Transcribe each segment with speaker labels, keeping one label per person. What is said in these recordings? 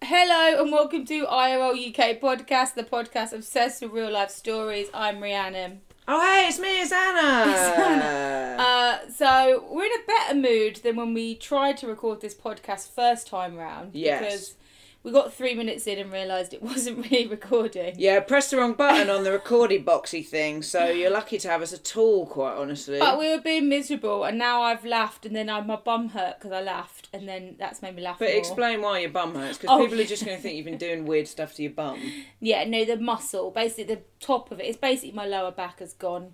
Speaker 1: Hello and welcome to IRL UK podcast, the podcast obsessed with real life stories. I'm Rhiannon.
Speaker 2: Oh hey, it's me, it's Anna.
Speaker 1: Uh, so we're in a better mood than when we tried to record this podcast first time round.
Speaker 2: Yes.
Speaker 1: Because we got three minutes in and realised it wasn't really recording.
Speaker 2: Yeah, pressed the wrong button on the recording boxy thing, so you're lucky to have us at all, quite honestly.
Speaker 1: But we were being miserable, and now I've laughed, and then I, my bum hurt because I laughed, and then that's made me laugh.
Speaker 2: But
Speaker 1: more.
Speaker 2: explain why your bum hurts, because
Speaker 1: Oh.
Speaker 2: people are just going to think you've been doing weird stuff to your bum.
Speaker 1: Yeah, no, the muscle, basically the top of it. It's basically my lower back has gone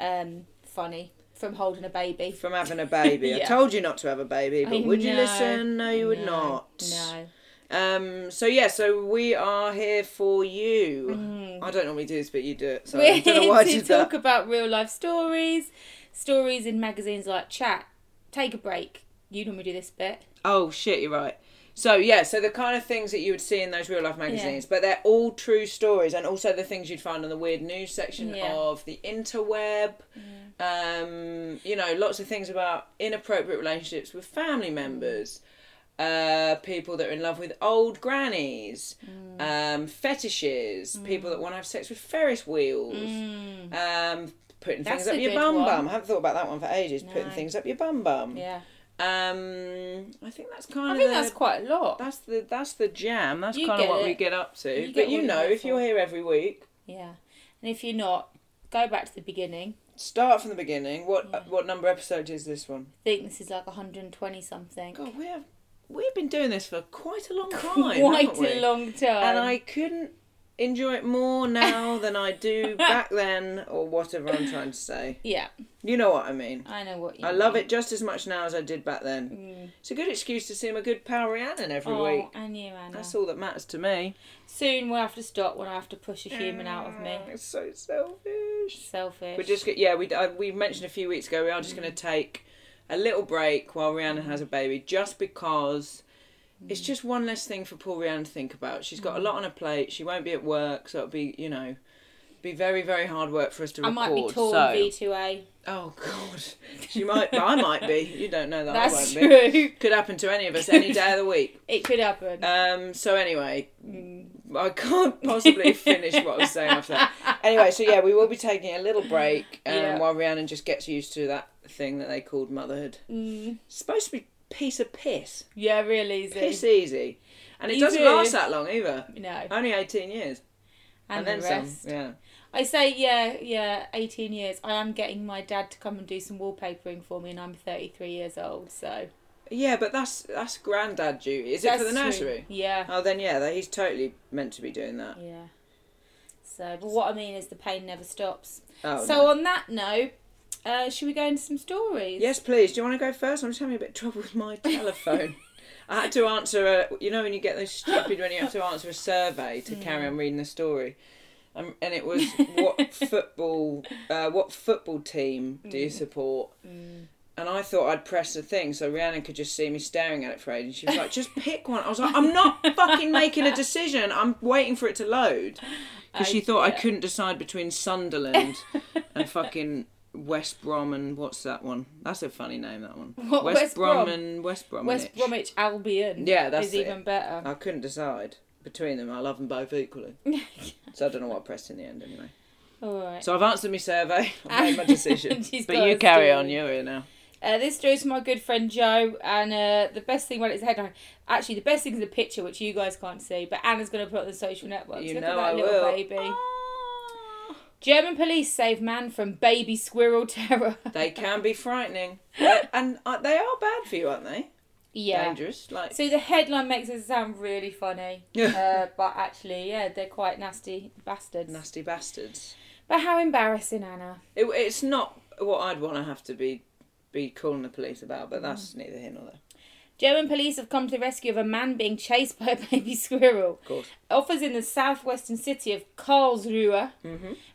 Speaker 1: um, funny from holding a baby.
Speaker 2: From having a baby. I
Speaker 1: Yeah.
Speaker 2: told you not to have a baby, but
Speaker 1: I
Speaker 2: would you
Speaker 1: know.
Speaker 2: listen? No, you would
Speaker 1: No,
Speaker 2: not.
Speaker 1: No.
Speaker 2: Um, so yeah, so we are here for you. I don't normally do this, but you do it. So I
Speaker 1: We're
Speaker 2: don't know why I
Speaker 1: here Mm. to
Speaker 2: did
Speaker 1: talk
Speaker 2: that.
Speaker 1: about real life stories, stories in magazines like Chat. Take a break. You normally do this bit.
Speaker 2: Oh shit, you're right. So yeah, so the kind of things that you would see in those real life magazines, but they're all true stories, and also the things you'd find on the weird news section
Speaker 1: Yeah.
Speaker 2: of the interweb. Um, you know, lots of things about inappropriate relationships with
Speaker 1: Mm.
Speaker 2: family members, uh, people that are in love with old grannies,
Speaker 1: Mm.
Speaker 2: um, fetishes, people that want to have sex with Ferris wheels, um, putting
Speaker 1: Mm. That's
Speaker 2: things up
Speaker 1: a
Speaker 2: your
Speaker 1: good
Speaker 2: bum
Speaker 1: one.
Speaker 2: bum. I haven't thought about that one for ages. Putting
Speaker 1: No.
Speaker 2: things up your bum bum.
Speaker 1: Yeah.
Speaker 2: Um, I think that's kind
Speaker 1: I
Speaker 2: of
Speaker 1: think
Speaker 2: the,
Speaker 1: that's quite a lot.
Speaker 2: that's the that's the jam. That's
Speaker 1: You
Speaker 2: kind of
Speaker 1: get
Speaker 2: what
Speaker 1: it.
Speaker 2: we get up to.
Speaker 1: You get
Speaker 2: but
Speaker 1: what
Speaker 2: you
Speaker 1: you're
Speaker 2: know,
Speaker 1: here
Speaker 2: if you're
Speaker 1: for.
Speaker 2: here every week,
Speaker 1: Yeah. And if you're not, go back to the beginning.
Speaker 2: start from the beginning. What uh, what number episode is this one?
Speaker 1: I think this is like 120 something.
Speaker 2: God, we have we've been doing this for quite a long time.
Speaker 1: Quite
Speaker 2: haven't we?
Speaker 1: a long time.
Speaker 2: And I couldn't enjoy it more now than I do back then, or whatever I'm trying to say.
Speaker 1: Yeah,
Speaker 2: You know what I mean.
Speaker 1: I know what you
Speaker 2: I love
Speaker 1: mean.
Speaker 2: it just as much now as I did back then. It's a good excuse to see my good pal Rhiannon every
Speaker 1: Mm. Oh,
Speaker 2: week.
Speaker 1: and you, Anna.
Speaker 2: That's all that matters to me.
Speaker 1: Soon we'll have to stop when I have to push a human out of me.
Speaker 2: It's so selfish.
Speaker 1: Selfish.
Speaker 2: We're just go- yeah. We I, we mentioned a few weeks ago. We are just
Speaker 1: Mm.
Speaker 2: going to take a little break while Rihanna has a baby, just because
Speaker 1: Mm.
Speaker 2: it's just one less thing for poor Rihanna to think about. She's got a lot on her plate. She won't be at work, so it'll be you know, be very very hard work for us to
Speaker 1: I
Speaker 2: record.
Speaker 1: might be torn
Speaker 2: so-
Speaker 1: V2A.
Speaker 2: Oh God, she might. I might be. You don't know that. I
Speaker 1: That's
Speaker 2: won't
Speaker 1: true.
Speaker 2: be. Could happen to any of us any day of the week.
Speaker 1: It could happen.
Speaker 2: Um, so anyway,
Speaker 1: Mm.
Speaker 2: I can't possibly finish what I was saying after that. Anyway, so yeah, we will be taking a little break um,
Speaker 1: Yeah.
Speaker 2: while Rhiannon just gets used to that thing that they called motherhood.
Speaker 1: Mm.
Speaker 2: It's supposed to be piece of piss,
Speaker 1: yeah, real easy.
Speaker 2: piss easy, and it
Speaker 1: Easy.
Speaker 2: doesn't last that long either.
Speaker 1: No.
Speaker 2: Only eighteen years,
Speaker 1: and,
Speaker 2: and, then
Speaker 1: the rest.
Speaker 2: some. Yeah.
Speaker 1: I say, yeah, yeah, 18 years. I am getting my dad to come and do some wallpapering for me, and I'm 33 years old, so.
Speaker 2: Yeah, but that's that's granddad duty. Is it for the
Speaker 1: That's true.
Speaker 2: nursery?
Speaker 1: Yeah.
Speaker 2: Oh, then yeah, that- he's totally meant to be doing that.
Speaker 1: Yeah. So, but what I mean is the pain never stops.
Speaker 2: Oh,
Speaker 1: so,
Speaker 2: no.
Speaker 1: on that note, uh, should we go into some stories?
Speaker 2: Yes, please. Do you want to go first? I'm just having a bit of trouble with my telephone. I had to answer a. You know when you get those stupid when you have to answer a survey to carry on reading the story, um, and it was what football, uh, what football team do you support? And I thought I'd press the thing so Rhiannon could just see me staring at it for ages. She was like, "Just pick one." I was like, "I'm not fucking making a decision. I'm waiting for it to load." Because she thought I couldn't decide between Sunderland and fucking West Brom and what's that one? That's a funny name. That one.
Speaker 1: What,
Speaker 2: West,
Speaker 1: West
Speaker 2: Brom,
Speaker 1: Brom?
Speaker 2: and West Bromwich.
Speaker 1: West Bromwich Albion.
Speaker 2: Yeah, that's
Speaker 1: is
Speaker 2: it.
Speaker 1: even better.
Speaker 2: I couldn't decide between them. I love them both equally. so I don't know what I pressed in the end anyway.
Speaker 1: All right.
Speaker 2: So I've answered my survey. I've made my decision.
Speaker 1: And she's
Speaker 2: but
Speaker 1: got
Speaker 2: you
Speaker 1: a
Speaker 2: carry
Speaker 1: story.
Speaker 2: on. You're here now.
Speaker 1: Uh, this story's from my good friend Joe, and uh, the best thing about it's headline. Actually, the best thing is the picture, which you guys can't see, but Anna's going to put it on the social networks.
Speaker 2: You
Speaker 1: Look
Speaker 2: know
Speaker 1: at that
Speaker 2: I
Speaker 1: little
Speaker 2: will. Ah.
Speaker 1: baby. German police save man from baby squirrel terror.
Speaker 2: They can be frightening, They're- and uh, they are bad for you, aren't they?
Speaker 1: yeah.
Speaker 2: Dangerous. Like
Speaker 1: So the headline makes it sound really funny, uh, but actually, yeah, they're quite nasty bastards.
Speaker 2: nasty bastards.
Speaker 1: But how embarrassing, Anna.
Speaker 2: It, it's
Speaker 1: Mm.
Speaker 2: not what I'd want to have to be be calling the police about, but that's neither here nor there.
Speaker 1: German police have come to the rescue of a man being chased by a baby squirrel.
Speaker 2: Of course.
Speaker 1: Officers in the southwestern city of Karlsruhe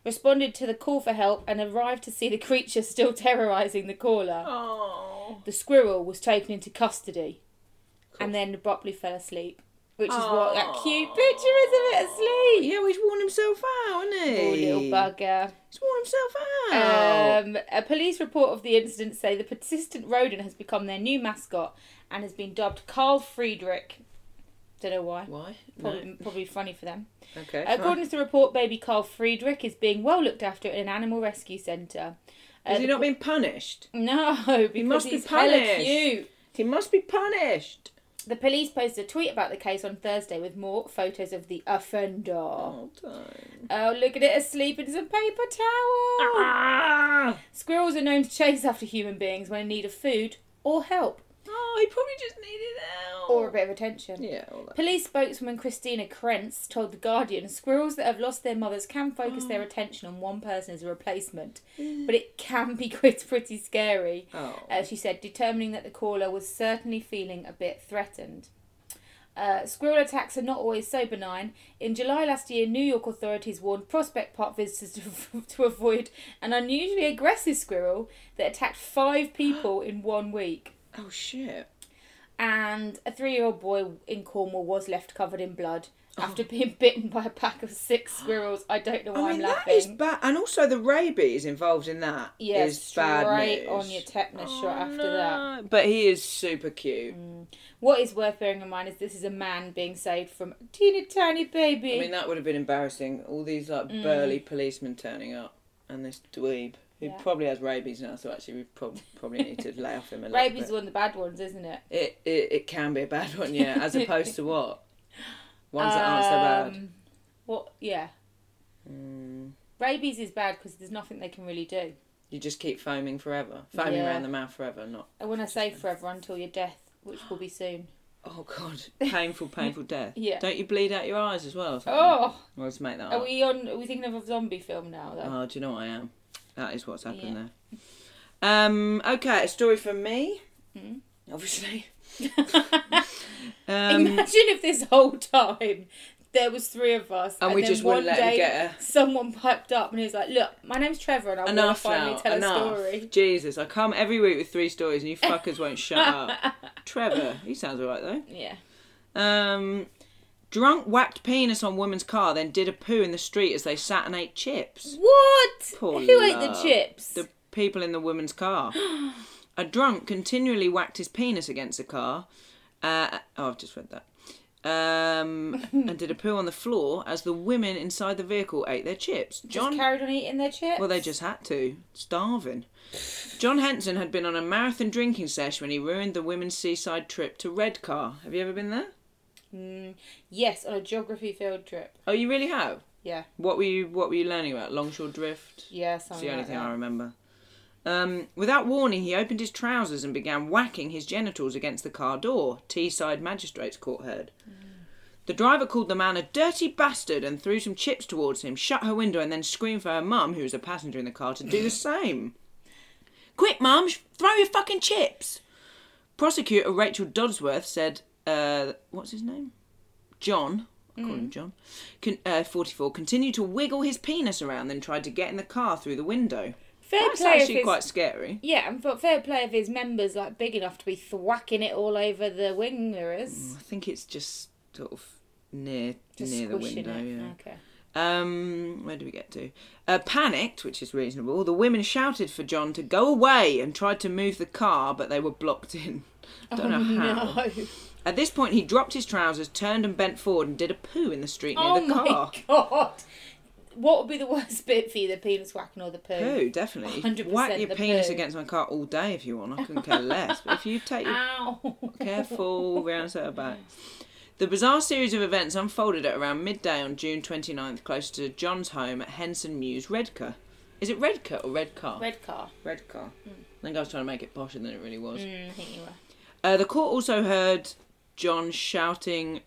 Speaker 1: responded to the call for help and arrived to see the creature still terrorising the caller.
Speaker 2: Oh.
Speaker 1: The squirrel was taken into custody and then abruptly fell asleep, which is what that cute picture is of it asleep.
Speaker 2: Yeah, well, he's worn himself out, hasn't he?
Speaker 1: Poor little bugger.
Speaker 2: He's worn himself out.
Speaker 1: Um, a police report of the incident say the persistent rodent has become their new mascot and has been dubbed Carl Friedrich. Don't know why.
Speaker 2: Why? No.
Speaker 1: Probably, probably funny for them.
Speaker 2: Okay.
Speaker 1: According to the report, baby Carl Friedrich is being well looked after in an animal rescue centre. Um,
Speaker 2: Has he not been punished?
Speaker 1: No, because
Speaker 2: must be
Speaker 1: he's hella
Speaker 2: punished.
Speaker 1: cute.
Speaker 2: He must be punished.
Speaker 1: The police posted a tweet about the case on Thursday with more photos of the offender. Oh,
Speaker 2: Hold on.
Speaker 1: look at it asleep in some paper towel.
Speaker 2: Ah!
Speaker 1: Squirrels are known to chase after human beings when in need of food or help
Speaker 2: Oh, he probably just needed help.
Speaker 1: or a bit of attention.
Speaker 2: Yeah, all that.
Speaker 1: Police spokeswoman Christina Krentz told The Guardian squirrels that have lost their mothers can focus
Speaker 2: Oh.
Speaker 1: their attention on one person as a replacement, but it can be quite pretty scary.
Speaker 2: Oh.
Speaker 1: Uh, she said, determining that the caller was certainly feeling a bit threatened. Uh, squirrel attacks are not always so benign. In July last year, New York authorities warned Prospect Park visitors to, to avoid an unusually aggressive squirrel that attacked five people in one week.
Speaker 2: Oh, shit.
Speaker 1: And a three year old boy in Cornwall was left covered in blood after being bitten by a pack of six squirrels. I don't know why
Speaker 2: Oh. I
Speaker 1: am
Speaker 2: mean, that
Speaker 1: Oh, laughing.
Speaker 2: is bad. And also the rabies involved in that is
Speaker 1: yeah,
Speaker 2: bad
Speaker 1: straight
Speaker 2: news. Oh,
Speaker 1: on your tetanus shot after that.
Speaker 2: No, But he is super cute.
Speaker 1: What is worth bearing in mind is this is a man being saved from a teeny tiny baby.
Speaker 2: I mean, that would have been embarrassing. All these like
Speaker 1: Mm.
Speaker 2: burly policemen turning up, and this dweeb who
Speaker 1: Yeah.
Speaker 2: probably has rabies now. So actually, we prob- probably need to lay off him a little
Speaker 1: Rabies is
Speaker 2: bit.
Speaker 1: one of the bad ones, isn't it?
Speaker 2: It, it it can be a bad one, yeah. As opposed to what ones that aren't so bad. Hmm.
Speaker 1: Um, What? Yeah. Rabies is bad because there's nothing they can really do.
Speaker 2: You just keep foaming forever, foaming
Speaker 1: Yeah.
Speaker 2: around the mouth forever. Not
Speaker 1: And when I say forever until your death, which will be soon.
Speaker 2: oh god, painful, painful death.
Speaker 1: Yeah.
Speaker 2: Don't you bleed out your eyes as well? or something?
Speaker 1: Oh,
Speaker 2: Well, let's make that
Speaker 1: are
Speaker 2: up.
Speaker 1: we on? Are we thinking of a zombie film now? Though?
Speaker 2: Oh, do you know what I am? That is what's happened
Speaker 1: Yeah.
Speaker 2: there. Um, okay, a story from me.
Speaker 1: Hmm?
Speaker 2: Obviously. um,
Speaker 1: Imagine if this whole time there was three of us, and,
Speaker 2: we
Speaker 1: then
Speaker 2: just
Speaker 1: one
Speaker 2: wouldn't let him
Speaker 1: day
Speaker 2: get her.
Speaker 1: someone piped up and he was like, "Look, my name's Trevor, and I want to
Speaker 2: enough
Speaker 1: finally
Speaker 2: now.
Speaker 1: tell a
Speaker 2: enough.
Speaker 1: story."
Speaker 2: Jesus, I come every week with three stories and you fuckers won't shut up. Trevor, he sounds alright though.
Speaker 1: Yeah.
Speaker 2: Um, drunk whacked penis on woman's car, then did a poo in the street as they sat and ate chips.
Speaker 1: What?
Speaker 2: Poor
Speaker 1: Who ate the
Speaker 2: love.
Speaker 1: chips?
Speaker 2: The people in the woman's car. a drunk continually whacked his penis against a car. Uh, oh, I've just read that. Um, and did a poo on the floor as the women inside the vehicle ate their chips. John
Speaker 1: Just carried on eating their chips.
Speaker 2: well, they just had to. Starving. John Henson had been on a marathon drinking sesh when he ruined the women's seaside trip to Redcar. Have you ever been there?
Speaker 1: Yes, on a geography field trip.
Speaker 2: Oh, you really have.
Speaker 1: Yeah,
Speaker 2: What were you What were you learning about? Longshore drift.
Speaker 1: yeah,
Speaker 2: It's
Speaker 1: something
Speaker 2: the only
Speaker 1: like
Speaker 2: thing
Speaker 1: that.
Speaker 2: I remember. Um, without warning, he opened his trousers and began whacking his genitals against the car door. Teesside magistrates court heard.
Speaker 1: Mm.
Speaker 2: The driver called the man a dirty bastard and threw some chips towards him, shut her window, and then screamed for her mum, who was a passenger in the car, to do the same. Quick, mum, sh- throw your fucking chips. Prosecutor Rachel Dodsworth said, uh, what's his name? John, I call him
Speaker 1: Mm.
Speaker 2: John, con- uh, 44, continued to wiggle his penis around, then tried to get in the car through the window.
Speaker 1: Fair
Speaker 2: That's
Speaker 1: play if
Speaker 2: actually
Speaker 1: it's-
Speaker 2: quite scary.
Speaker 1: Yeah, and for fair play if his members like big enough to be thwacking it all over the wing mirrors.
Speaker 2: I think it's just sort of near
Speaker 1: Just
Speaker 2: Mm, near the
Speaker 1: squishing
Speaker 2: window.
Speaker 1: it.
Speaker 2: Yeah.
Speaker 1: Okay.
Speaker 2: Um, where do we get to? Uh, panicked, which is reasonable, the women shouted for John to go away and tried to move the car, but they were blocked in. Don't know how.
Speaker 1: Oh, No.
Speaker 2: At this point, he dropped his trousers, turned and bent forward, and did a poo in the street near
Speaker 1: Oh
Speaker 2: the
Speaker 1: my
Speaker 2: car.
Speaker 1: god. What would be the worst bit for you, the penis whacking or the poo?
Speaker 2: Poo, definitely.
Speaker 1: 100%
Speaker 2: Whack your
Speaker 1: the
Speaker 2: penis
Speaker 1: poo.
Speaker 2: against my car all day if you want. I couldn't care less. But if you take your
Speaker 1: Ow.
Speaker 2: careful rounds at her back. The bizarre series of events unfolded at around midday on June 29th, close to John's home at Henson Mews, Redcar. Is it Redcar or Redcar?
Speaker 1: Red Hmm. car.
Speaker 2: Redcar. I think I was trying to make it posher than it really was.
Speaker 1: Mm, I think you were.
Speaker 2: Uh, the court also heard John shouting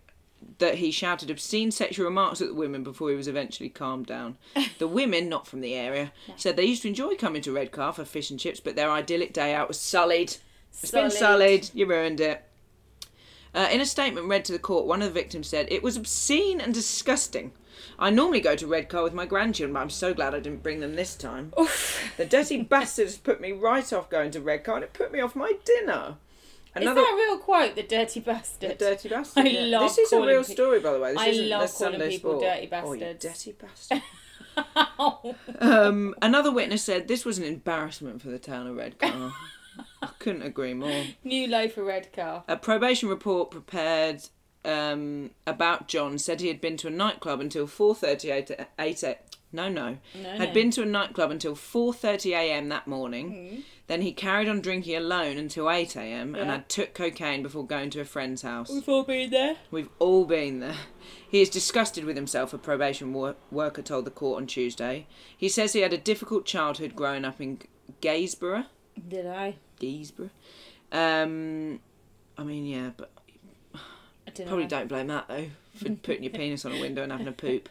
Speaker 2: that he shouted obscene sexual remarks at the women before he was eventually calmed down. The women, not from the area, said they used to enjoy coming to Redcar for fish and chips, but their idyllic day out was sullied. It's
Speaker 1: Solid.
Speaker 2: been sullied. You ruined it. Uh, in a statement read to the court, one of the victims said, It was obscene and disgusting. I normally go to Redcar with my grandchildren, but I'm so glad I didn't bring them this time. The dirty bastards put me right off going to Redcar and it put me off my dinner.
Speaker 1: Is that a real quote? The dirty bastard.
Speaker 2: The dirty bastard.
Speaker 1: I
Speaker 2: yeah.
Speaker 1: love
Speaker 2: This is a
Speaker 1: calling
Speaker 2: real
Speaker 1: pe-
Speaker 2: story, by the way. This
Speaker 1: I
Speaker 2: isn't
Speaker 1: love
Speaker 2: the
Speaker 1: calling
Speaker 2: Sunday
Speaker 1: people
Speaker 2: sport.
Speaker 1: dirty
Speaker 2: Oh, you
Speaker 1: bastards.
Speaker 2: dirty bastard.
Speaker 1: Oh,
Speaker 2: um, another witness said this was an embarrassment for the town of Redcar. I couldn't agree more.
Speaker 1: New low for Redcar.
Speaker 2: A probation report prepared um, about John said he had been to a nightclub until 4:38 a- 8 a- no, no. had
Speaker 1: no.
Speaker 2: been to a nightclub until 4:30 a.m. that morning. Then he carried on drinking alone until 8 a.m. and
Speaker 1: Hmm? Yeah.
Speaker 2: had took cocaine before going to a friend's house.
Speaker 1: We've all been there.
Speaker 2: We've all been there. He is disgusted with himself, a probation wor- worker told the court on Tuesday. He says he had a difficult childhood growing up in G- Gaysborough.
Speaker 1: Did I?
Speaker 2: Gaysborough. Um, I mean, yeah, but
Speaker 1: I don't
Speaker 2: probably
Speaker 1: know.
Speaker 2: don't blame that though for putting your penis on a window and having a poop.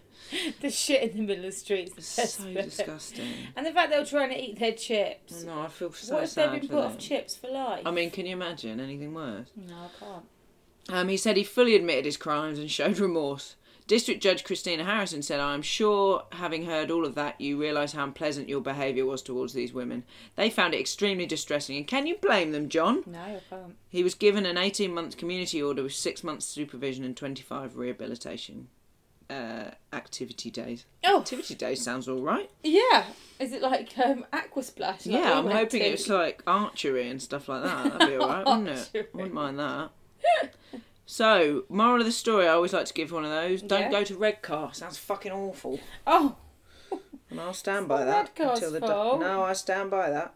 Speaker 1: The shit in the middle of the streets. is the best
Speaker 2: so
Speaker 1: bit.
Speaker 2: disgusting.
Speaker 1: And the fact they were trying to eat their
Speaker 2: I
Speaker 1: chips.
Speaker 2: know. I feel so
Speaker 1: what if
Speaker 2: sad
Speaker 1: they've been
Speaker 2: for
Speaker 1: put off
Speaker 2: them.
Speaker 1: chips for life?
Speaker 2: I mean, can you imagine anything worse?
Speaker 1: no, I can't.
Speaker 2: Um, he said he fully admitted his crimes and showed remorse. District Judge Christina Harrison said, I'm sure, having heard all of that, you realise how unpleasant your behaviour was towards these women. They found it extremely distressing, and can you blame them, John?
Speaker 1: No, I can't.
Speaker 2: He was given an 18 month community order with six months supervision and 25 rehabilitation uh, activity days.
Speaker 1: Oh.
Speaker 2: Activity days sounds all right.
Speaker 1: Yeah. Is it like um, aqua splash? like we
Speaker 2: yeah, I'm
Speaker 1: went
Speaker 2: hoping
Speaker 1: to?
Speaker 2: it's like archery and stuff like that. That'd be alright, wouldn't it?
Speaker 1: Archery.
Speaker 2: Wouldn't mind that. So, moral of the story, I always like to give one of those. Don't
Speaker 1: Yeah.
Speaker 2: go to Redcar. Sounds fucking awful.
Speaker 1: Oh,
Speaker 2: And I'll stand by
Speaker 1: not
Speaker 2: that
Speaker 1: Redcar's
Speaker 2: until the do-
Speaker 1: fault.
Speaker 2: No, I stand by that.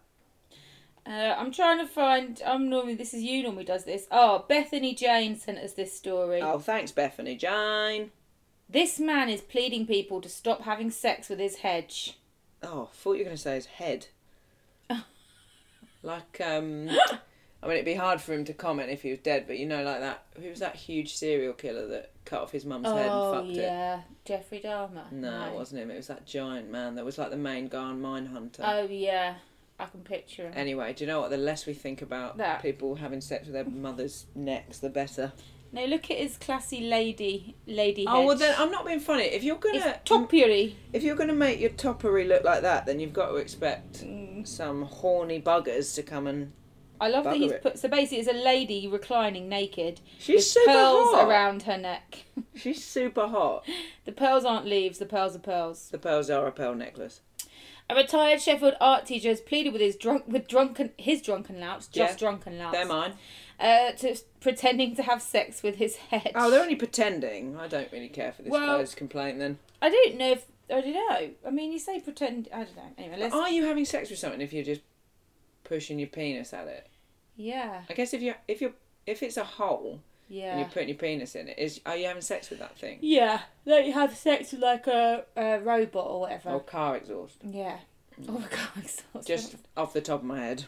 Speaker 1: uh, I'm trying to find. I'm normally. This is you normally does this. Oh, Bethany Jane sent us this story.
Speaker 2: Oh, thanks, Bethany Jane.
Speaker 1: This man is pleading people to stop having sex with his hedge.
Speaker 2: Oh, I thought you were going to say his head. like, um, I mean, it'd be hard for him to comment if he was dead, but you know, like that. Who was that huge serial killer that cut off his mum's head and
Speaker 1: Oh
Speaker 2: fucked it?
Speaker 1: yeah, Jeffrey Dahmer.
Speaker 2: No, it wasn't him. It was that giant man that was like the main guy on Mindhunter.
Speaker 1: Oh yeah, I can picture him.
Speaker 2: anyway, do you know what? The less we think about
Speaker 1: That.
Speaker 2: people having sex with their mother's necks, the better.
Speaker 1: No, look at his classy lady, lady hedge.
Speaker 2: Oh well, then I'm not being funny. If you're
Speaker 1: It's
Speaker 2: gonna
Speaker 1: topiary.
Speaker 2: if you're gonna make your toppery look like that, then you've got to expect
Speaker 1: Mm.
Speaker 2: some horny buggers to come and.
Speaker 1: I love that
Speaker 2: Bugger
Speaker 1: he's
Speaker 2: it.
Speaker 1: put. So basically, it's a lady reclining naked.
Speaker 2: She's
Speaker 1: with
Speaker 2: super
Speaker 1: pearls
Speaker 2: hot.
Speaker 1: around her neck.
Speaker 2: She's super hot.
Speaker 1: the pearls aren't leaves. The pearls are pearls.
Speaker 2: The pearls are a pearl necklace.
Speaker 1: A retired Sheffield art teacher has pleaded with his drunk, with drunken, his drunken louts, just
Speaker 2: Yeah.
Speaker 1: drunken louts,
Speaker 2: They're mine.
Speaker 1: uh, to pretending to have sex with his hedge.
Speaker 2: Oh, they're only pretending. I don't really care for this
Speaker 1: Well-
Speaker 2: guy's complaint. Then
Speaker 1: I don't know if I don't know. I mean, you say pretend. I don't know. Anyway, let's.
Speaker 2: are you having sex with something if you're just pushing your penis at it?
Speaker 1: yeah,
Speaker 2: I guess if you if you if it's a hole and
Speaker 1: yeah,
Speaker 2: you're putting your penis in it, is are you having sex with that thing
Speaker 1: yeah. Like you have sex with like a, a robot or whatever.
Speaker 2: or car exhaust?
Speaker 1: Yeah. Oh my god, exhausted.
Speaker 2: Oh. Just off the top of my head.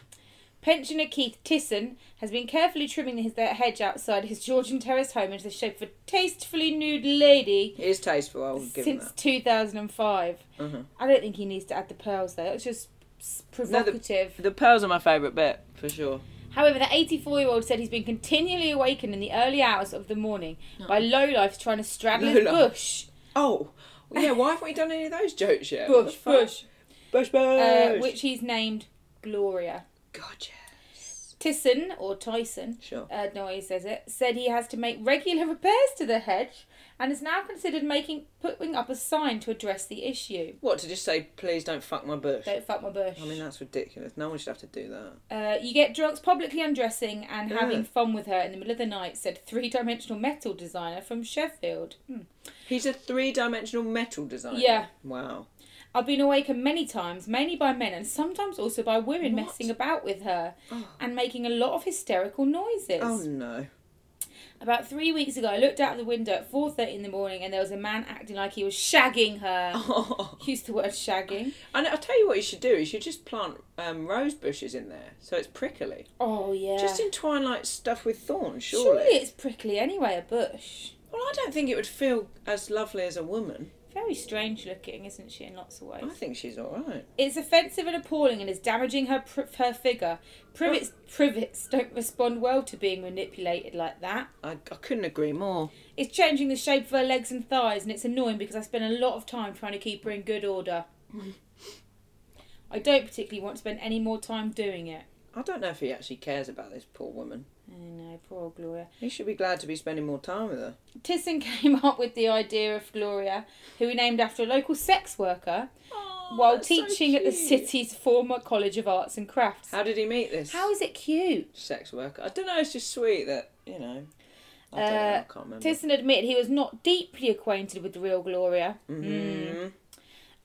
Speaker 1: Pensioner Keith Tisson has been carefully trimming his their hedge outside his Georgian terrace home into the shape of a tastefully nude lady
Speaker 2: It is tasteful. I will give him
Speaker 1: since
Speaker 2: that. Uh-huh.
Speaker 1: 2005. I don't think he needs to add the pearls though. It's just s-
Speaker 2: No, the-
Speaker 1: provocative.
Speaker 2: The pearls are my favourite bit for sure.
Speaker 1: However, the 84 year old said he's been continually awakened in the early hours of the morning by lowlifes trying to straddle his
Speaker 2: Lowlife.
Speaker 1: bush.
Speaker 2: Oh, well, yeah. Why haven't we done any of those jokes yet? What the
Speaker 1: Bush,
Speaker 2: fuck?
Speaker 1: bush.
Speaker 2: bush, bush.
Speaker 1: Uh, which he's named Gloria.
Speaker 2: God, yeah.
Speaker 1: Tyson or Tyson,
Speaker 2: Sure.
Speaker 1: uh, no, he says it, said he has to make regular repairs to the hedge and is now considered making putting up a sign to address the issue.
Speaker 2: What to just say? Please don't fuck my bush.
Speaker 1: Don't fuck my bush.
Speaker 2: I mean that's ridiculous. No one should have to do that.
Speaker 1: uh, you get drunks publicly undressing and having
Speaker 2: Ugh.
Speaker 1: fun with her in the middle of the night, said three dimensional metal designer from Sheffield. Hmm.
Speaker 2: He's a three-dimensional metal designer.
Speaker 1: Yeah.
Speaker 2: Wow.
Speaker 1: I've been awakened many times, mainly by men and sometimes also by women
Speaker 2: What?
Speaker 1: messing about with her and making a lot of hysterical noises.
Speaker 2: Oh no.
Speaker 1: About three weeks ago, I looked out the window at four thirty in the morning, and there was a man acting like he was shagging her.
Speaker 2: Oh.
Speaker 1: Use the word shagging.
Speaker 2: And I'll tell you what you should do is you just plant um, rose bushes in there so it's prickly.
Speaker 1: Oh yeah.
Speaker 2: Just entwine like stuff with thorns, surely.
Speaker 1: Surely it's prickly anyway, a bush.
Speaker 2: Well, I don't think it would feel as lovely as a woman.
Speaker 1: Very strange looking, isn't she, in lots of ways?
Speaker 2: I think she's all right.
Speaker 1: It's offensive and appalling and is damaging her pr- her figure. Privets privets don't respond well to being manipulated like that.
Speaker 2: I, I couldn't agree more.
Speaker 1: It's changing the shape of her legs and thighs and it's annoying because I spend a lot of time trying to keep her in good order. I don't particularly want to spend any more time doing it.
Speaker 2: I don't know if he actually cares about this poor woman.
Speaker 1: I know, poor Gloria.
Speaker 2: He should be glad to be spending more time with her.
Speaker 1: Tisson came up with the idea of Gloria, who he named after a local sex worker, while
Speaker 2: that's so
Speaker 1: teaching at the
Speaker 2: cute.
Speaker 1: city's former College of Arts and Crafts.
Speaker 2: How did he meet this
Speaker 1: How is it cute?
Speaker 2: sex worker? I don't know. It's just sweet that you know. I don't know. I
Speaker 1: Uh,
Speaker 2: can't remember.
Speaker 1: Tisson admitted he was not deeply acquainted with the real Gloria.
Speaker 2: Mm.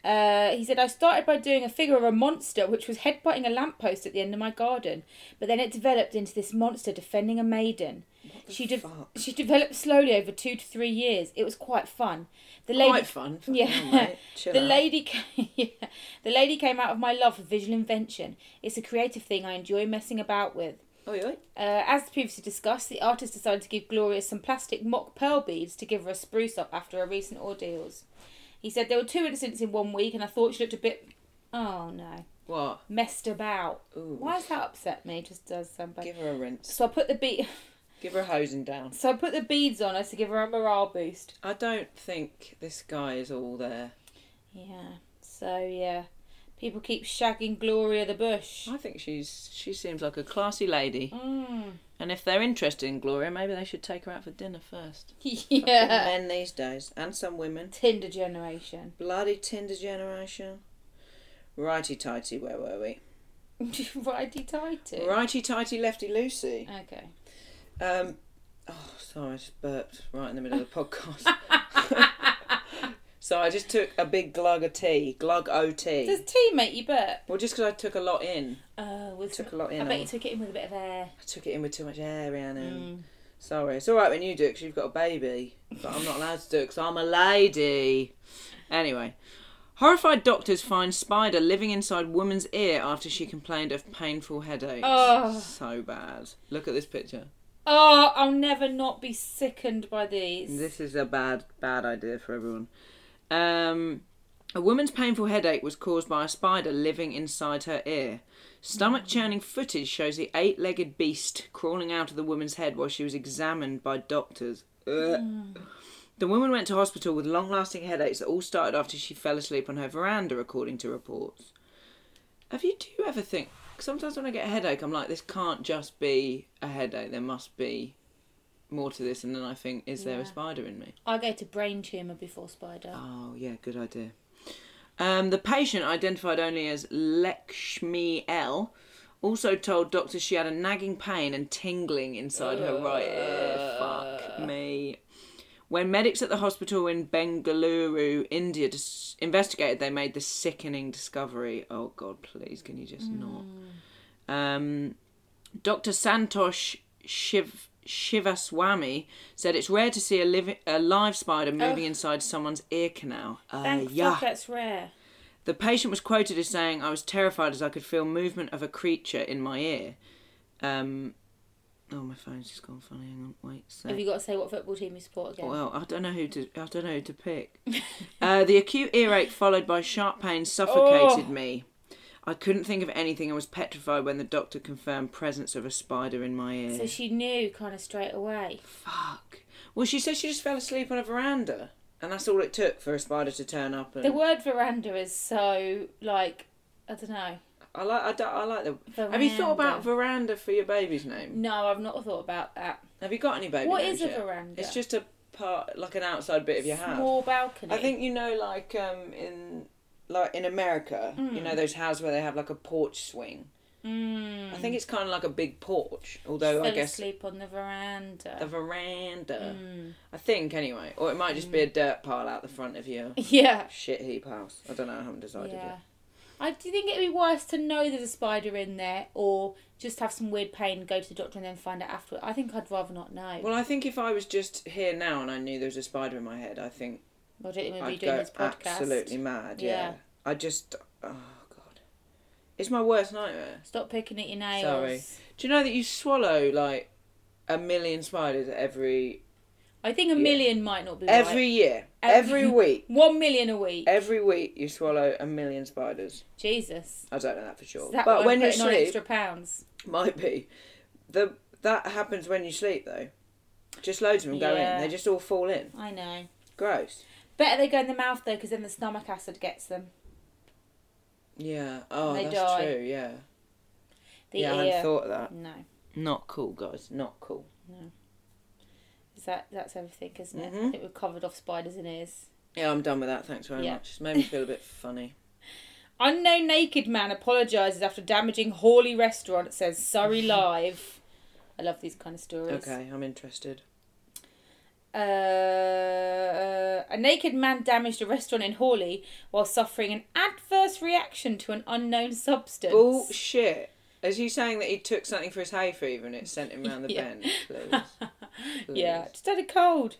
Speaker 1: Uh, he said, I started by doing a figure of a monster which was headbutting a lamppost at the end of my garden, but then it developed into this monster defending a maiden. She, de-
Speaker 2: fuck?
Speaker 1: she developed slowly over two to three years. It was quite fun. The lady,
Speaker 2: Quite fun. Fucking
Speaker 1: Yeah.
Speaker 2: hell, mate. Chill
Speaker 1: the
Speaker 2: out.
Speaker 1: lady came, yeah. the lady came out of my love for visual invention. It's a creative thing I enjoy messing about with.
Speaker 2: Oi, oi.
Speaker 1: Uh, as previously discussed, the artist decided to give Gloria some plastic mock pearl beads to give her a spruce up after her recent ordeals. He said there were two incidents in one week, and I thought she looked a bit, oh no,
Speaker 2: What?
Speaker 1: messed about.
Speaker 2: Ooh.
Speaker 1: Why has that upset me? Just does somebody.
Speaker 2: Give her a rinse.
Speaker 1: So I put the be-
Speaker 2: Give her a hosing down.
Speaker 1: so I put the beads on her to give her a morale boost.
Speaker 2: I don't think this guy is all there.
Speaker 1: Yeah. So yeah, people keep shagging Gloria the bush.
Speaker 2: I think she's she seems like a classy lady.
Speaker 1: Mm.
Speaker 2: And if they're interested in Gloria, maybe they should take her out for dinner first.
Speaker 1: yeah.
Speaker 2: Men these days, and some women.
Speaker 1: Tinder generation.
Speaker 2: Bloody Tinder generation. Righty tighty, where were we?
Speaker 1: Righty tighty.
Speaker 2: Righty tighty, lefty loosey.
Speaker 1: Okay.
Speaker 2: Um, oh, sorry, I just burped right in the middle of the podcast. so I just took a big glug of tea, glug o tea.
Speaker 1: Does tea make you burp?
Speaker 2: Well, just because I took a lot in,
Speaker 1: Oh, with
Speaker 2: Took
Speaker 1: some-
Speaker 2: a lot in,
Speaker 1: I bet
Speaker 2: I-
Speaker 1: you took it in with a bit of air.
Speaker 2: I took it in with too much air, Rhiannon. Sorry, it's all right when you do it 'cause you've got a baby, but I'm not allowed to do it 'cause I'm a lady. Anyway, horrified doctors find spider living inside woman's ear after she complained of painful headaches.
Speaker 1: Oh.
Speaker 2: So bad. Look at this picture.
Speaker 1: Oh, I'll never not be sickened by these.
Speaker 2: This is a bad, bad idea for everyone. Um, a woman's painful headache was caused by a spider living inside her ear. Stomach churning footage shows the eight legged beast crawling out of the woman's head while she was examined by doctors. Ugh. The woman went to hospital with long lasting headaches that all started after she fell asleep on her veranda, according to reports. Have you, do you ever think? Sometimes when I get a headache, I'm like, this can't just be a headache. There must be more to this. And then I think, is there
Speaker 1: Yeah.
Speaker 2: a spider in me?
Speaker 1: I go to brain tumour before spider.
Speaker 2: Oh, yeah, good idea. Um, the patient, identified only as Lakshmi L, also told doctors she had a nagging pain and tingling inside her right ear. Fuck me. When medics at the hospital in Bengaluru, India, dis- investigated, they made the sickening discovery. Oh, God, please, can you just not? Um, Dr. Santosh Shiv- Shivaswamy said it's rare to see a, liv- a live spider moving inside someone's ear canal. Uh,
Speaker 1: Thank
Speaker 2: yeah.
Speaker 1: fuck that's rare.
Speaker 2: The patient was quoted as saying, I was terrified as I could feel movement of a creature in my ear. Um, oh, my phone's just gone funny. Hang on, wait a sec.
Speaker 1: Have you got to say what football team you support again?
Speaker 2: Well, I don't know who to. I don't know who to pick. uh, the acute earache followed by sharp pain
Speaker 1: Oh.
Speaker 2: suffocated me. I couldn't think of anything and was petrified when the doctor confirmed presence of a spider in my ear.
Speaker 1: so she knew kind of straight away.
Speaker 2: Fuck. Well, she said she just fell asleep on a veranda, and that's all it took for a spider to turn up. And
Speaker 1: The word veranda is so like I don't know.
Speaker 2: I like. I, don't, I like the. Have you thought about veranda for your baby's name?
Speaker 1: No, I've not thought about that.
Speaker 2: Have you got any baby?
Speaker 1: What
Speaker 2: names
Speaker 1: is a
Speaker 2: yet?
Speaker 1: veranda?
Speaker 2: It's just a part, like an outside bit of your house.
Speaker 1: Small balcony.
Speaker 2: I think you know, like um, in like in America, you know those houses where they have like a porch swing.
Speaker 1: Mm.
Speaker 2: I think it's kind of like a big porch, although
Speaker 1: Fell
Speaker 2: I guess
Speaker 1: asleep Mm. on the veranda.
Speaker 2: a veranda. I think anyway, or it might just
Speaker 1: Mm.
Speaker 2: be a dirt pile out the front of your
Speaker 1: yeah.
Speaker 2: shit heap house. I don't know. I haven't decided
Speaker 1: Yeah.
Speaker 2: yet.
Speaker 1: I do you think it'd be worse to know there's a spider in there or just have some weird pain, go to the doctor and then find out afterward. I think I'd rather not know.
Speaker 2: Well, I think if I was just here now and I knew there was a spider in my head, I think
Speaker 1: I don't think we'd be
Speaker 2: I'd
Speaker 1: doing
Speaker 2: go
Speaker 1: this podcast.
Speaker 2: absolutely mad. Yeah.
Speaker 1: Yeah.
Speaker 2: I just, oh god, it's my worst nightmare.
Speaker 1: Stop picking at your nails.
Speaker 2: Sorry. Do you know that you swallow like a million spiders every
Speaker 1: I think a million might not be right.
Speaker 2: Every year, every week,
Speaker 1: One million a week.
Speaker 2: every week you swallow a million spiders.
Speaker 1: Jesus.
Speaker 2: I don't know that for sure,
Speaker 1: Is that
Speaker 2: but
Speaker 1: why
Speaker 2: when
Speaker 1: I'm
Speaker 2: you
Speaker 1: putting on
Speaker 2: sleep,
Speaker 1: extra pounds.
Speaker 2: might be. The that happens when you sleep though. Just loads of them go
Speaker 1: Yeah.
Speaker 2: in. They just all fall in.
Speaker 1: I know.
Speaker 2: Gross.
Speaker 1: Better they go in the mouth though, because then the stomach acid gets them.
Speaker 2: Yeah. Oh,
Speaker 1: They
Speaker 2: that's
Speaker 1: die.
Speaker 2: true. Yeah.
Speaker 1: The
Speaker 2: yeah, I
Speaker 1: ear.
Speaker 2: hadn't thought of that.
Speaker 1: No,
Speaker 2: Not cool, guys. Not cool.
Speaker 1: is that that's everything, isn't it? I
Speaker 2: Mhm.
Speaker 1: think we've covered off spiders and ears.
Speaker 2: Yeah, I'm done with that. Thanks very
Speaker 1: Yeah.
Speaker 2: much. It's made me feel a bit funny.
Speaker 1: Unknown naked man apologises after damaging Hawley restaurant. Says Surrey Live. I love these kind of stories.
Speaker 2: Okay, I'm interested.
Speaker 1: Uh, a naked man damaged a restaurant in Hawley while suffering an adverse reaction to an unknown substance.
Speaker 2: Oh, Bullshit. Is he saying that he took something for his hay fever and it sent him round the
Speaker 1: Yeah.
Speaker 2: bend? Please.
Speaker 1: yeah,
Speaker 2: Please.
Speaker 1: just had a cold.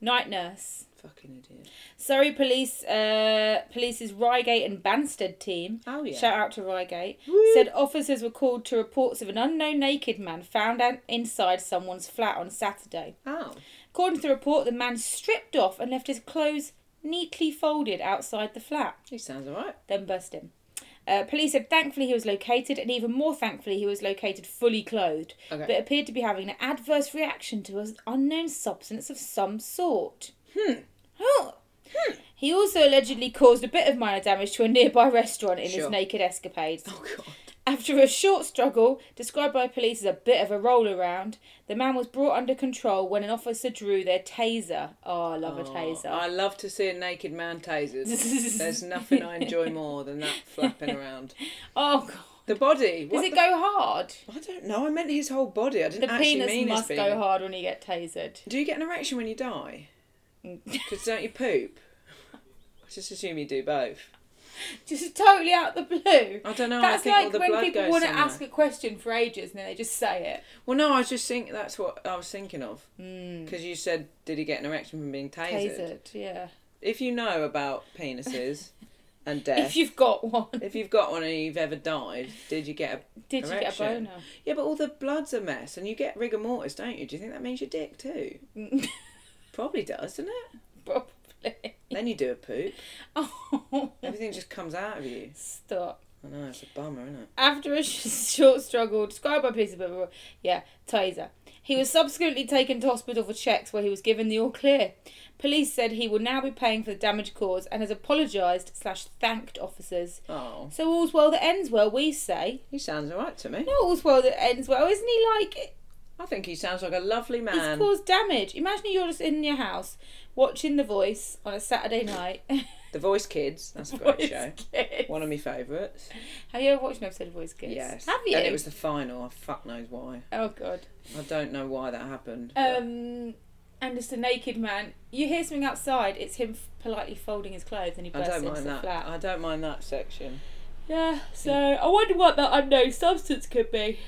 Speaker 1: Night nurse.
Speaker 2: Fucking idiot.
Speaker 1: Surrey Police uh, Police's Reigate and Banstead team.
Speaker 2: Oh, yeah.
Speaker 1: Shout out to Reigate. Said officers were called to reports of an unknown naked man found out inside someone's flat on Saturday.
Speaker 2: Ow.
Speaker 1: According to the report, the man stripped off and left his clothes neatly folded outside the flat,
Speaker 2: He sounds alright.
Speaker 1: then burst in. Uh, police said thankfully he was located, and even more thankfully he was located fully clothed,
Speaker 2: Okay.
Speaker 1: but appeared to be having an adverse reaction to an unknown substance of some sort. Hmm. Oh. He also allegedly caused a bit of minor damage to a nearby restaurant in his
Speaker 2: Sure.
Speaker 1: naked escapades.
Speaker 2: Oh, God.
Speaker 1: After a short struggle, described by police as a bit of a roll around, the man was brought under control when an officer drew their taser. Oh, I love a
Speaker 2: I
Speaker 1: taser.
Speaker 2: love to see a naked man tasered. There's nothing I enjoy more than that flapping around.
Speaker 1: Oh, God.
Speaker 2: The body. What
Speaker 1: Does it
Speaker 2: the-
Speaker 1: go hard?
Speaker 2: I don't know. I meant his whole body. I didn't
Speaker 1: The
Speaker 2: actually
Speaker 1: penis
Speaker 2: mean
Speaker 1: must
Speaker 2: his
Speaker 1: go
Speaker 2: penis.
Speaker 1: hard when you get tasered.
Speaker 2: Do you get an erection when you die? Because don't you poop? I just assume you do both.
Speaker 1: Just totally out the blue.
Speaker 2: I don't know, I
Speaker 1: That's
Speaker 2: think all
Speaker 1: like
Speaker 2: the
Speaker 1: when
Speaker 2: blood
Speaker 1: people
Speaker 2: goes
Speaker 1: want to
Speaker 2: somewhere.
Speaker 1: ask a question for ages and then they just say it.
Speaker 2: Well, no, I was just thinking. That's what I was thinking of. Because you said, did he get an erection from being tasered?
Speaker 1: Hmm. Tasered, yeah.
Speaker 2: If you know about penises and death,
Speaker 1: If you've got one,
Speaker 2: if you've got one and you've ever died, did you get a
Speaker 1: did you get a
Speaker 2: erection?
Speaker 1: boner?
Speaker 2: Yeah, but all the blood's a mess, and you get rigor mortis, don't you? Do you think that means your dick too? Probably does, doesn't it?
Speaker 1: Probably.
Speaker 2: Then you do a poop.
Speaker 1: Oh,
Speaker 2: Everything just comes out of you.
Speaker 1: stop.
Speaker 2: I know it's a bummer, isn't it?
Speaker 1: After a sh- short struggle, described by police, blah, blah, blah, yeah, taser. He was subsequently taken to hospital for checks where he was given the all clear. Police said he will now be paying for the damage caused and has apologised slash thanked officers.
Speaker 2: Oh,
Speaker 1: So all's well that ends well, we say.
Speaker 2: he sounds alright to me.
Speaker 1: Not all's well that ends well, isn't he like
Speaker 2: I think he sounds like a lovely
Speaker 1: he's
Speaker 2: man.
Speaker 1: caused damage? Imagine you're just in your house watching The Voice on a Saturday night.
Speaker 2: The Voice Kids, that's a great
Speaker 1: Voice
Speaker 2: show.
Speaker 1: Kids.
Speaker 2: One of my favourites.
Speaker 1: Have you ever watched an episode of Voice Kids?
Speaker 2: Yes.
Speaker 1: Have you?
Speaker 2: And it was the final. I fuck knows why.
Speaker 1: Oh god.
Speaker 2: I don't know why that happened. but-
Speaker 1: Um, and just a naked man. You hear something outside. It's him f- politely folding his clothes, and he
Speaker 2: I
Speaker 1: bursts
Speaker 2: don't
Speaker 1: into
Speaker 2: mind
Speaker 1: the
Speaker 2: that.
Speaker 1: flat.
Speaker 2: I don't mind that section.
Speaker 1: Yeah. So I wonder what that unknown substance could be.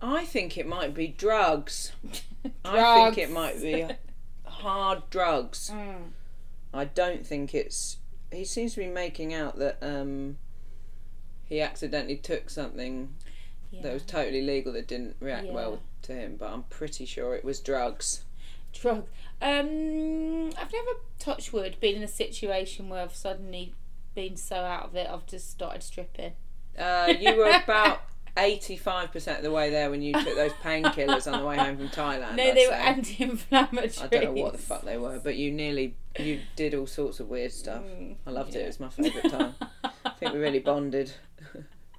Speaker 2: I think it might be drugs. I
Speaker 1: Drugs. Mm,
Speaker 2: think it might be hard drugs. I don't think it's. He seems to be making out that um, he accidentally took something that
Speaker 1: Yeah.
Speaker 2: was totally legal that didn't react
Speaker 1: Yeah.
Speaker 2: well to him, but I'm pretty sure it was drugs.
Speaker 1: Drugs. Um, I've never touched wood been in a situation where I've suddenly been so out of it I've just started stripping.
Speaker 2: Uh, you were about 85% of the way there when you took those painkillers on the way home from Thailand.
Speaker 1: No,
Speaker 2: I'd
Speaker 1: they were
Speaker 2: say.
Speaker 1: anti-inflammatory.
Speaker 2: I don't know what the fuck they were, but you nearly you did all sorts of weird stuff.
Speaker 1: Mm,
Speaker 2: I loved it. It was my favourite time. I think we really bonded.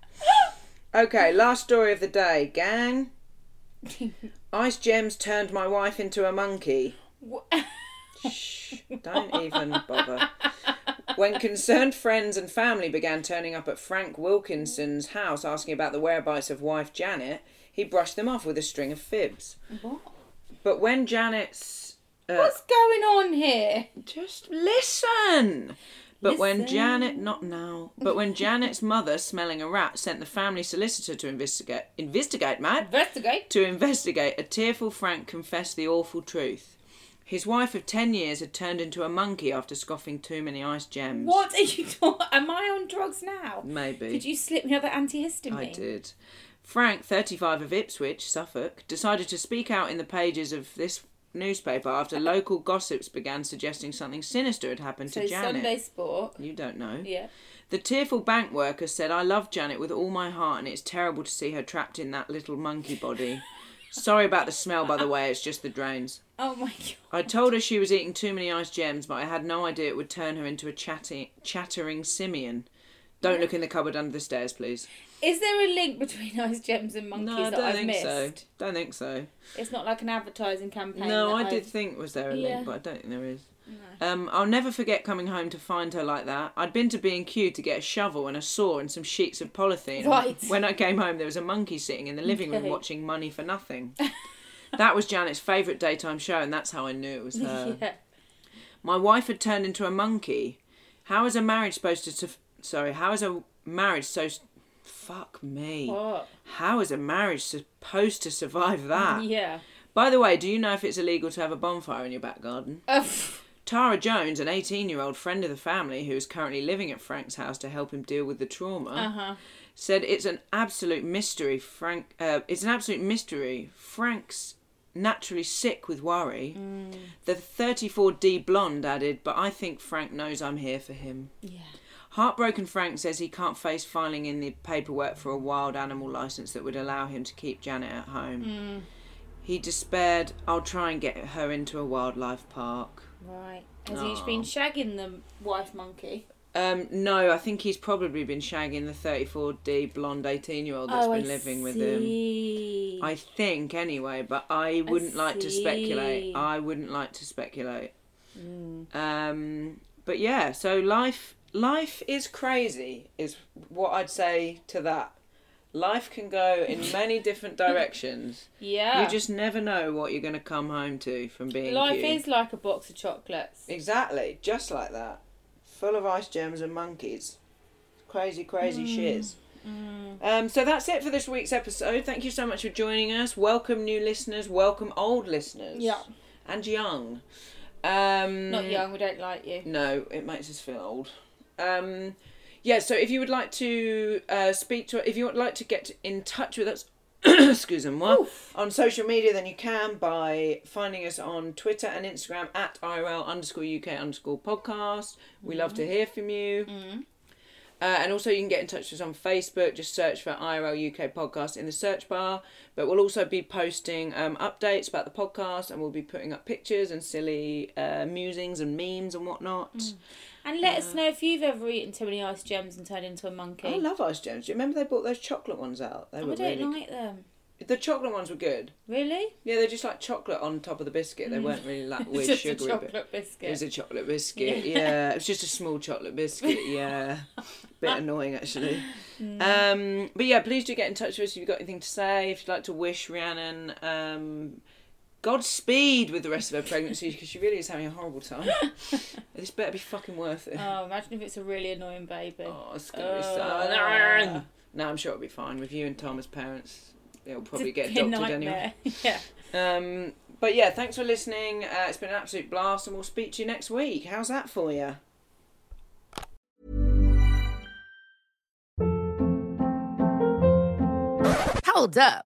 Speaker 2: okay, last story of the day, gang. Ice gems turned my wife into a monkey. Shh, don't even bother. When concerned friends and family began turning up at Frank Wilkinson's house asking about the whereabouts of wife Janet, he brushed them off with a string of fibs.
Speaker 1: What?
Speaker 2: But when Janet's uh,
Speaker 1: What's going on here?
Speaker 2: just listen. But when
Speaker 1: Listen.
Speaker 2: Janet, not now, but when Janet's mother, smelling a rat, sent the family solicitor to investigate, investigate, Matt,
Speaker 1: Investigate.
Speaker 2: to investigate, a tearful Frank confessed the awful truth. His wife of 10 years had turned into a monkey after scoffing too many ice gems.
Speaker 1: What are you talking? Am I on drugs now?
Speaker 2: Maybe.
Speaker 1: Did you slip me another antihistamine?
Speaker 2: I did. Frank, 35 of Ipswich, Suffolk, decided to speak out in the pages of this newspaper after
Speaker 1: Uh-huh.
Speaker 2: local gossips began suggesting something sinister had happened
Speaker 1: So
Speaker 2: to Janet.
Speaker 1: Sunday Sport.
Speaker 2: You don't know.
Speaker 1: Yeah.
Speaker 2: The tearful bank worker said, I love Janet with all my heart, and it's terrible to see her trapped in that little monkey body. Sorry about the smell, by the way, it's just the drains.
Speaker 1: Oh my god.
Speaker 2: I told her she was eating too many ice gems, but I had no idea it would turn her into a chatty, chattering simian. Don't look in the cupboard under the stairs, please.
Speaker 1: Is there a link between Ice Gems and Monkeys
Speaker 2: No, I
Speaker 1: that
Speaker 2: don't
Speaker 1: I've
Speaker 2: think
Speaker 1: missed?
Speaker 2: so. Don't think so.
Speaker 1: It's not like an advertising campaign.
Speaker 2: No, I
Speaker 1: that
Speaker 2: did
Speaker 1: I've-
Speaker 2: think was there a
Speaker 1: Yeah.
Speaker 2: link, but I don't think there is. Um, I'll never forget coming home to find her like that. I'd been to B and Q to get a shovel and a saw and some sheets of polythene.
Speaker 1: Right.
Speaker 2: When I came home, there was a monkey sitting in the living
Speaker 1: Okay.
Speaker 2: room watching Money for Nothing. that was Janet's favourite daytime show, and that's how I knew it was her.
Speaker 1: yeah.
Speaker 2: My wife had turned into a monkey. How is a marriage supposed to? suf- Sorry, how is a marriage so? Fuck me.
Speaker 1: What?
Speaker 2: How is a marriage supposed to survive that?
Speaker 1: Yeah.
Speaker 2: By the way, do you know if it's illegal to have a bonfire in your back garden?
Speaker 1: Ugh.
Speaker 2: Tara Jones, an 18 year old friend of the family who is currently living at Frank's house to help him deal with the trauma, said it's an absolute mystery. Frank, uh, it's an absolute mystery. Frank's naturally sick with worry. The 34D blonde added, but I think Frank knows I'm here for him.
Speaker 1: yeah.
Speaker 2: Heartbroken Frank says he can't face filing in the paperwork for a wild animal license that would allow him to keep Janet at home.
Speaker 1: Hmm.
Speaker 2: He despaired, I'll try and get her into a wildlife park.
Speaker 1: Right. Has he
Speaker 2: Oh.
Speaker 1: been shagging the wife monkey?
Speaker 2: Um, no, I think he's probably been shagging the 34D blonde 18 year old that's
Speaker 1: oh,
Speaker 2: been
Speaker 1: I
Speaker 2: living
Speaker 1: see.
Speaker 2: with him. I think, anyway, but I wouldn't like to
Speaker 1: see. Mm.
Speaker 2: speculate. I wouldn't like to speculate. Um, but yeah, so life life is crazy, is what I'd say to that. Life can go in many different directions.
Speaker 1: yeah.
Speaker 2: You just never know what you're going to come home to from being.
Speaker 1: Life is like a box of chocolates.
Speaker 2: Exactly, just like that. Full of ice gems and monkeys. Crazy, crazy
Speaker 1: Mm.
Speaker 2: shiz. Um, so that's it for this week's episode. Thank you so much for joining us. Welcome new listeners, welcome old listeners.
Speaker 1: Yeah.
Speaker 2: And young. Um,
Speaker 1: Not young, we don't like you.
Speaker 2: No, it makes us feel old. Um, yeah, so if you would like to uh, speak to if you would like to get in touch with us, excuse me, on social media, then you can by finding us on Twitter and Instagram at IRL underscore UK underscore podcast. We love
Speaker 1: Mm.
Speaker 2: to hear from you. Uh, and also, you can get in touch with us on Facebook. Just search for IRL UK podcast in the search bar. But we'll also be posting um, updates about the podcast, and we'll be putting up pictures and silly uh, musings and memes and whatnot.
Speaker 1: Mm. And let us know if you've ever eaten too many ice gems and turned into a monkey.
Speaker 2: I love Ice Gems. Do you remember they bought those chocolate ones out? They
Speaker 1: Oh,
Speaker 2: were
Speaker 1: I don't
Speaker 2: really.
Speaker 1: like them.
Speaker 2: The chocolate ones were good.
Speaker 1: Really?
Speaker 2: Yeah, they're just like chocolate on top of the biscuit. They weren't really like weird
Speaker 1: Mm. just a
Speaker 2: sugary. bit.
Speaker 1: chocolate biscuit.
Speaker 2: It was a chocolate biscuit. Yeah. it was just a small chocolate biscuit. Yeah, bit annoying actually.
Speaker 1: Mm.
Speaker 2: Um, but yeah, please do get in touch with us if you've got anything to say. If you'd like to wish Rhiannon um, Godspeed with the rest of her pregnancy because she really is having a horrible time. this better be fucking worth it.
Speaker 1: Oh, imagine if it's a really annoying baby.
Speaker 2: Oh, it's gonna be
Speaker 1: Uh.
Speaker 2: so annoying. No, I'm sure it'll be fine with you and Tom as parents. It'll probably
Speaker 1: Just
Speaker 2: get
Speaker 1: be a
Speaker 2: adopted anyway.
Speaker 1: nightmare. yeah.
Speaker 2: Um, but yeah, thanks for listening. Uh, it's been an absolute blast, and we'll speak to you next week. How's that for you?
Speaker 3: Hold up.